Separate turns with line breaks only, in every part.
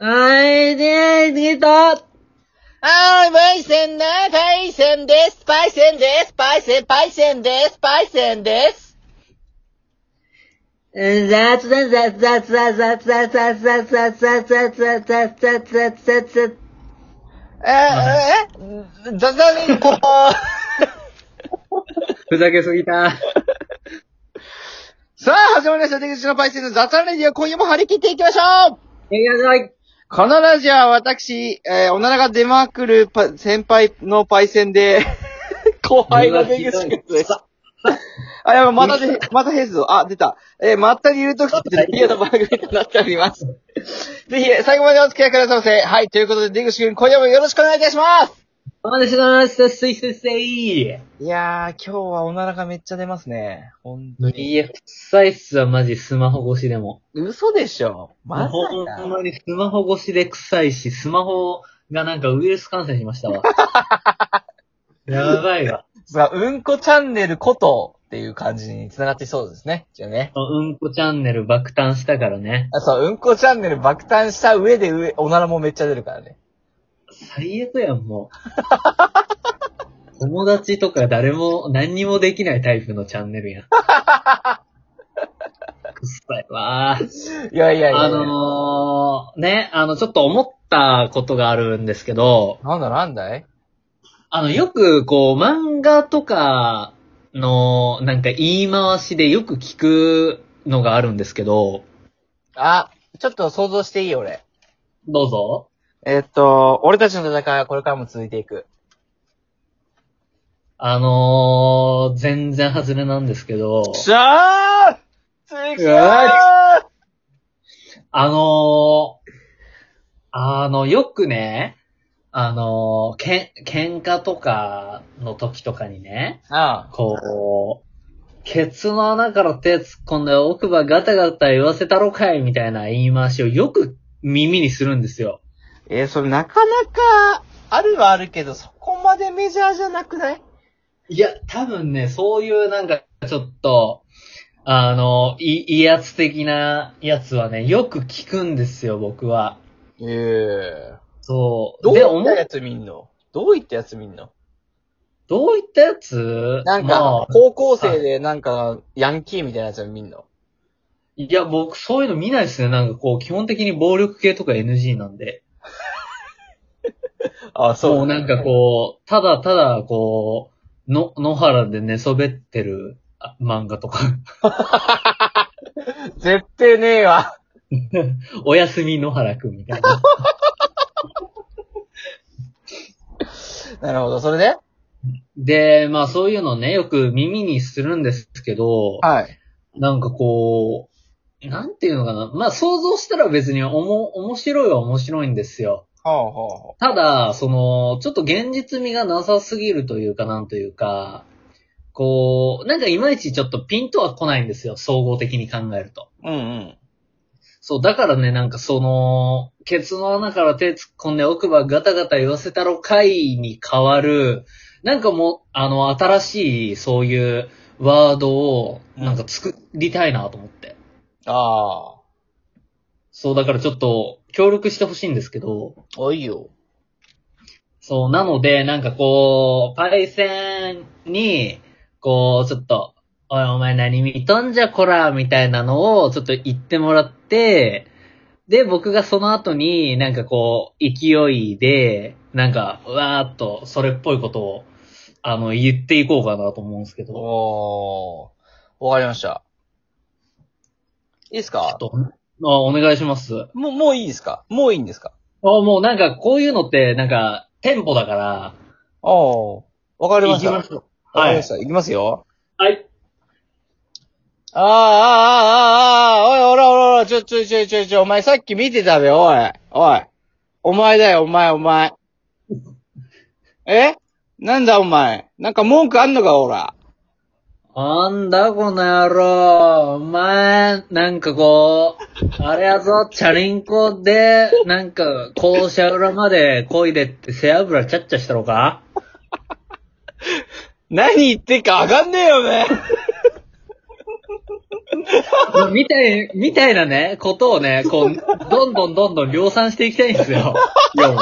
はい、で、逃げた
あー、パイセンな、パイセンです、パイセンです、パイセン、パイセンです、パイセンです。
雑談雑雑雑雑雑雑雑雑雑雑雑雑雑雑雑雑
えー、えー、ザ ザリンコ
ふざけすぎた。
さあ、始まりました。出口のパイセンのザザレディオ、今夜も張り切っていきましょう
いきましょう
このラジオは私、えー、おならが出まくるパ先輩のパイセンで、 後輩の出口くんです。あ、やばい、またで、また変ぞ。あ、出た。えー、まったり言うときってレディオの番組となっております。 ぜひ、最後までお付き合いくださいませ。はい、ということで、出口くん、今夜もよろしくお願いいたします
お待たせします。すいすいすい。
いやー、今日はおならがめっちゃ出ますね。ほんとに。
いや、臭いっすわ、マジ、スマホ越しでも。
嘘でしょまさ
ほん
か。
まにスマホ越しで臭いし、スマホがなんかウイルス感染しましたわ。やばいわ。
さあ、うんこチャンネルことっていう感じに繋がってそうですね。じゃあね。
うんこチャンネル爆誕したからね。
あ、そう、うんこチャンネル爆誕した上で上、おならもめっちゃ出るからね。
最悪やん、もう。友達とか誰も何にもできないタイプのチャンネルやん。臭いわー。
いやいやいや。
あのー、ね、あの、ちょっと思ったことがあるんですけど、
なんだなんだい
あの、よく、こう、漫画とかの、なんか言い回しでよく聞くのがあるんですけど、
あ、ちょっと想像していい俺。
どうぞ。
えっと、俺たちの戦いはこれからも続いていく。
あのー、全然外れなんですけど、
しゃーついくしゃー
あのー、あの、よくね、あのー、けん、喧嘩とかの時とかにね、
あ
こう、ケツの穴から手突っ込んで奥歯ガタガタ言わせたろかいみたいな言い回しをよく耳にするんですよ。
えーそれなかなか、あるはあるけど、そこまでメジャーじゃなくない
いや、多分ね、そういうなんか、ちょっと、あの、い、威圧的なやつはね、よく聞くんですよ、僕は。
ええ
そう。
どうい
で、
っ
思
た
う
やつ見んのどういったやつ見んの
どういったやつ
なん
ま
か
あ、
高校生でなんか、ヤンキーみたいなやつ見んの
いや、僕、そういうの見ないですね。なんかこう、基本的に暴力系とか NG なんで。
あ、
もうなんかこう、ただただ、こう、の、野原で寝そべってるあ漫画とか、
絶対ねえわ。
おやすみ野原くんみたいな。
なるほど、それで
で、まあそういうのね、よく耳にするんですけど、
はい。
なんかこう、なんていうのかな。まあ想像したら別におも、面白いは面白いんですよ。
はあはあは
ただ、その、ちょっと現実味がなさすぎるというか、なんというか、こう、なんかいまいちちょっとピンとは来ないんですよ、総合的に考えると。
あ。うんうん。
そう、だからね、なんかその、ケツの穴から手突っ込んで奥歯ガタガタ言わせたろかいに変わる、なんかもう、あの、新しい、そういうワードを、なんか作りたいなと思って。
ああ。
そう、だからちょっと、協力してほしいんですけど、
おいよ。
そう、なので、なんかこう、パイセンに、こう、ちょっと、おい、お前何見とんじゃこら、みたいなのを、ちょっと言ってもらって、で、僕がその後に、なんかこう、勢いで、なんか、わーっと、それっぽいことを、あの、言っていこうかなと思うんですけど。ち
おー。わかりました。いいです
ょっ
か
と、あお願いします。あ
もう、もういいですかもういいんですか
もうなんか、こういうのって、なんか、テンポだから、
ああ。わかりました。
行きましょう
わか
は
り
い
まし。た。いきますよ。
はい。
ああ、ああ、ああ、ああ、おい、おらおらおら、ちょ、ちょ、ちょ、ちょ、ちょ、お前さっき見てたべ、おい。おい。お前だよ、お前、お前。 えなんだ、お前。なんか文句あんのか、おら。
なんだこの野郎。お前、なんかこう、あれやぞ、チャリンコで、なんか、校舎裏まで漕いでって背脂ちゃっちゃしたのか
何言ってっかわかんねえよね。
みたい、みたいなね、ことをね、こう、どんどんどんどん量産していきたいんですよ。いやもう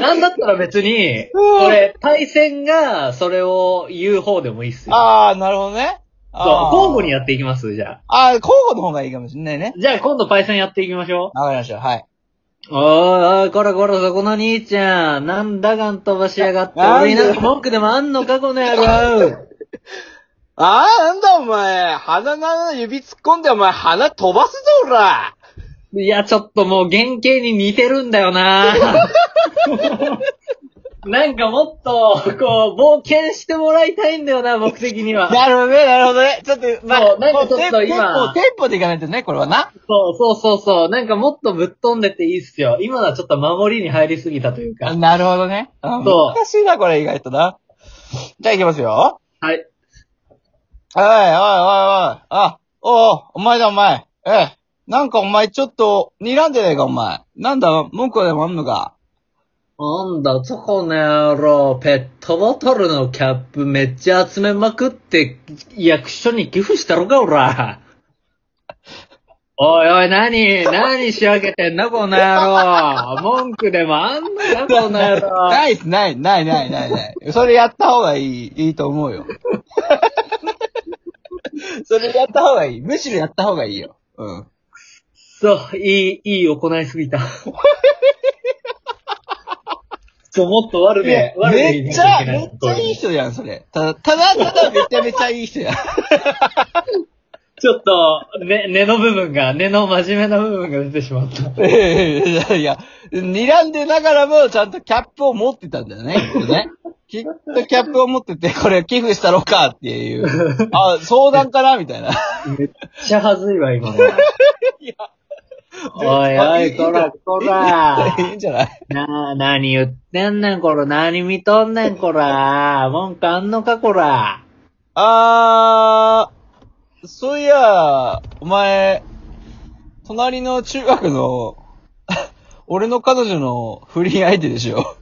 なんだったら別に、これ、対戦が、それを言う方でもいいっすよ。
ああ、なるほどね。
そう、
あー
交互にやっていきます、じゃあ。
ああ、交互の方がいいかもしれないね。
じゃあ今度パイセンやっていきましょう。
わかりました。はい。
おいおい、こらこらそこの兄ちゃん。なんだがん飛ばしやがって。
な
俺になんか文句でもあんのか、この野郎。
ああ、なんだお前。鼻の指突っ込んでお前鼻飛ばすぞ、おら。
いや、ちょっともう原型に似てるんだよ ななんかもっと、こう、冒険してもらいたいんだよな、僕的には。
なるほどね、なるほどね。ちょっと、まあ、
そうなんかちょっと
こうテン
今
ポテンポ、テンポでいかないとね、これはな。
そうそうそうそう。なんかもっとぶっ飛んでていいっすよ。今のはちょっと守りに入りすぎたというか。
なるほどね。うん
そう
難しいな、これ意外とな。じゃあ行きますよ。
はい。
おい、おい、おい、おい。あ、おうお、前だ、お前。ええ。なんかお前ちょっと、睨んでねえか、お前。なんだ、文句でもあんのか。
なんだ、そこの野郎、ペットボトルのキャップめっちゃ集めまくって、役所に寄付したろか、おら。おいおい、何、何仕上げてんだ、この野郎。文句でもあんのか、この野郎。
ないっす、ない、ない、ない、ない、ない。それやった方がいい、いいと 思うよ。それやった方がいい。むしろやった方がいいよ。うん。
そう、いい、いい行いすぎた。そう、もっと悪で、悪で
めっちゃ、めっちゃいい人じゃん、それ。ただ、ただ、ただめちゃめちゃいい 人やん。
ちょっと、ね、根の部分が、根の真面目な部分が出てしまった。
いやいや、睨んでながらも、ちゃんとキャップを持ってたんだよね、きっとね。きっとキャップを持ってて、これ寄付したろかっていう。あ、相談かなみたいな。
めっちゃは ずいわ、今の。おいおい、こらこ ら。
いいんじゃない
なあ、何言ってんねん、こら。何見とんねん、こら。文句あんのか、こら。
あー、そういや、お前、隣の中学の、 俺の彼女の不倫相手でしょ。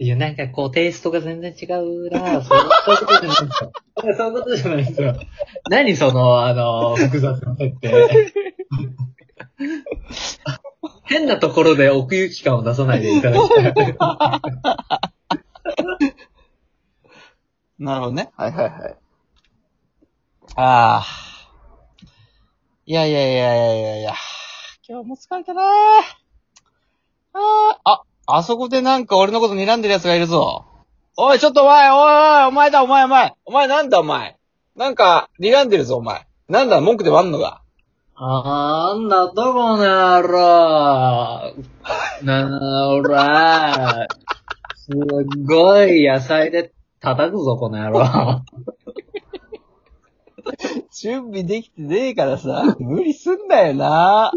いや、なんかこう、テイストが全然違うな そうそういうことじゃないんですよ。そういうことじゃないんですよ。何その、あの、複雑な設 定。変なところで奥行き感を出さないでいただきたい。
なるほどね。はいはいはい。ああ。いやいやいやいやいやいや。今日も疲れたなーああ。あ、あそこでなんか俺のこと睨んでる奴がいるぞ。おい、ちょっとお前、おいおい、お前だ、お前お前。お前なんだお前。なんか、睨んでるぞお前。なんだ、文句でもあんのか。
あんなとこの野郎。なあ、おら。すっごい野菜で叩くぞ、この野郎。
準備できてねえからさ、無理すんだよな。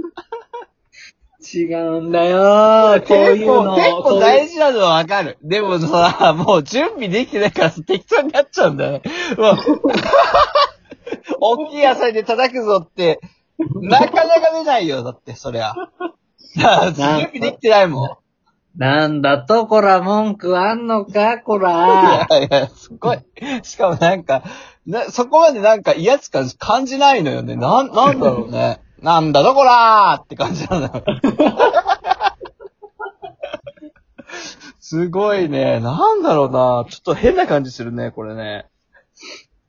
違うんだよ。こういうの。
結構
こういう
大事なのはわかる。でもさ、もう準備できてないから適当になっちゃうんだよね。もう大きい野菜で叩くぞって、なかなか出ないよ、だって、そりゃ。準備できてないも
なんだと、こら、文句あんのか、こ
ん。いや
ら。
いや、すごい。しかもなんか、なそこまでなんか威圧感感じないのよね。なん、なんだろう ね。なんだどこらーって感じなのよ。すごいね。なんだろうな。ちょっと変な感じするね、これね。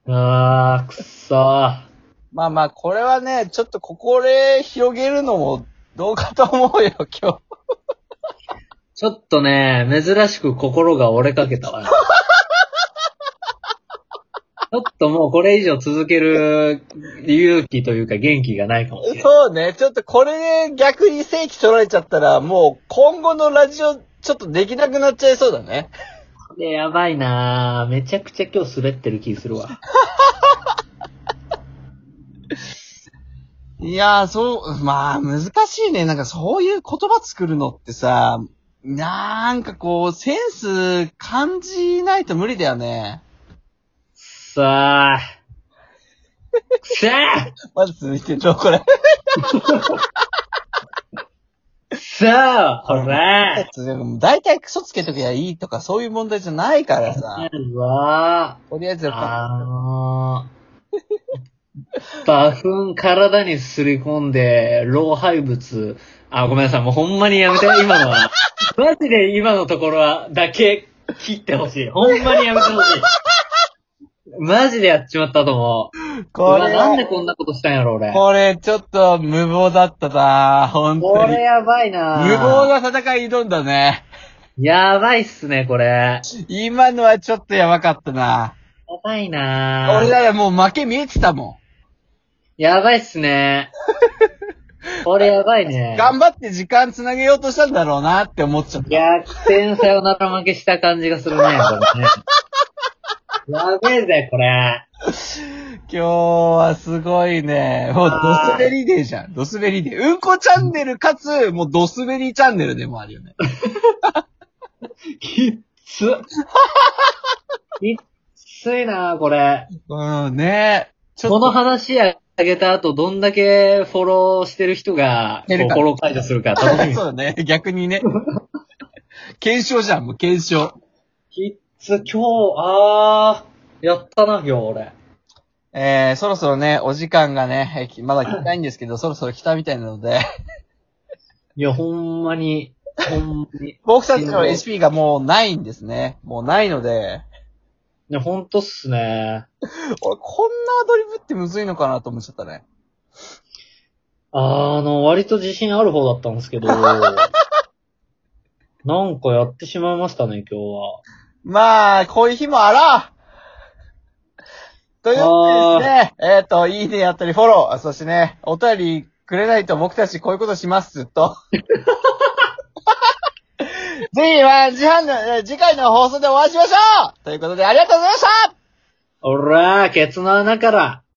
あー、くっそ
まあまあ、これはね、ちょっとここで広げるのもどうかと思うよ、 今
ちょっとね、珍しく心が折れかけたわ。ちょっともうこれ以上続ける勇気というか元気がないかもしれない。
日。そうね、ちょっとこれで逆に正規取られちゃったら、もう今後のラジオ、ちょっとできなくなっちゃいそうだね。
で、やばいなぁ。めちゃくちゃ今日滑ってる気するわ。
いやー、そう、まあ、難しいね。なんかそういう言葉作るのってさ、なんかこう、センス感じないと無理だよね。
さあ。くせえ
まず続いてるのこれ。
さあ、ほ ら
大体クソつけときゃいいとかそういう問題じゃないからさ
な。るわ
とりあえずやっぱ、
あのー、バフン体にすり込んで、老廃物、あ、ごめんなさい、もうほんまにやめて、今の は。マジで今のところは、だけ切ってほしい。ほんまにやめてほしい。マジでやっちまったと思う。
こ
うわなんで
れ、
こんなことしたんやろ、俺。
これちょっと無謀だったな、本
こ
当に
れ。やばいな
無謀な戦い挑んだね。
やばいっすね、これ。
今のはちょっとやばかったな。
やばいな
俺ならもう負け見えてたも
やばいっすね。これやばい
ん。
ね。
頑張って時間つなげようとしたんだろうなって思っちゃった。
逆転さよなら負けした感じが するね、これね。やべえぜ、これ。
今日はすごいね。もうドスベリデーじゃん。ドスベリデー。うんこチャンネルかつ、もうドスベリチャンネルでもあるよね。
きっつ。きっついな、これ。
うん、ねちょ
こ
っ
の
と、
話あげた後、どんだけフォローしてる人が、こ
出
うフ
るか
ォロー解除するか、楽しみ
そうだね。逆にね。検証じゃん、もう検証。
きっつ、今日、あー、やったな、今日、俺。
えー、そろそろね、お時間がね、えーきまだ来たいんですけど、そろそろ来たみたいなので、
いや、ほんまに、ほんまに。
僕たちの HP がもうないんですね。もうないので、
いや、ほんとっすね。
俺こんなアドリブってむずいのかなと思っちゃったね。
あの、割と自信ある方だったんですけど、なんかやってしまいましたね、今
まあ、こういう日もあらというわけでですね、えっ、と、いいねやったりフォロー、そしてね、お便りくれないと僕たちこういうことしますと。ぜひ、まあ、次半の、えー次回の放送でお会いしましょうということで、ありがとうございました
日は。おらー、ケツの穴から。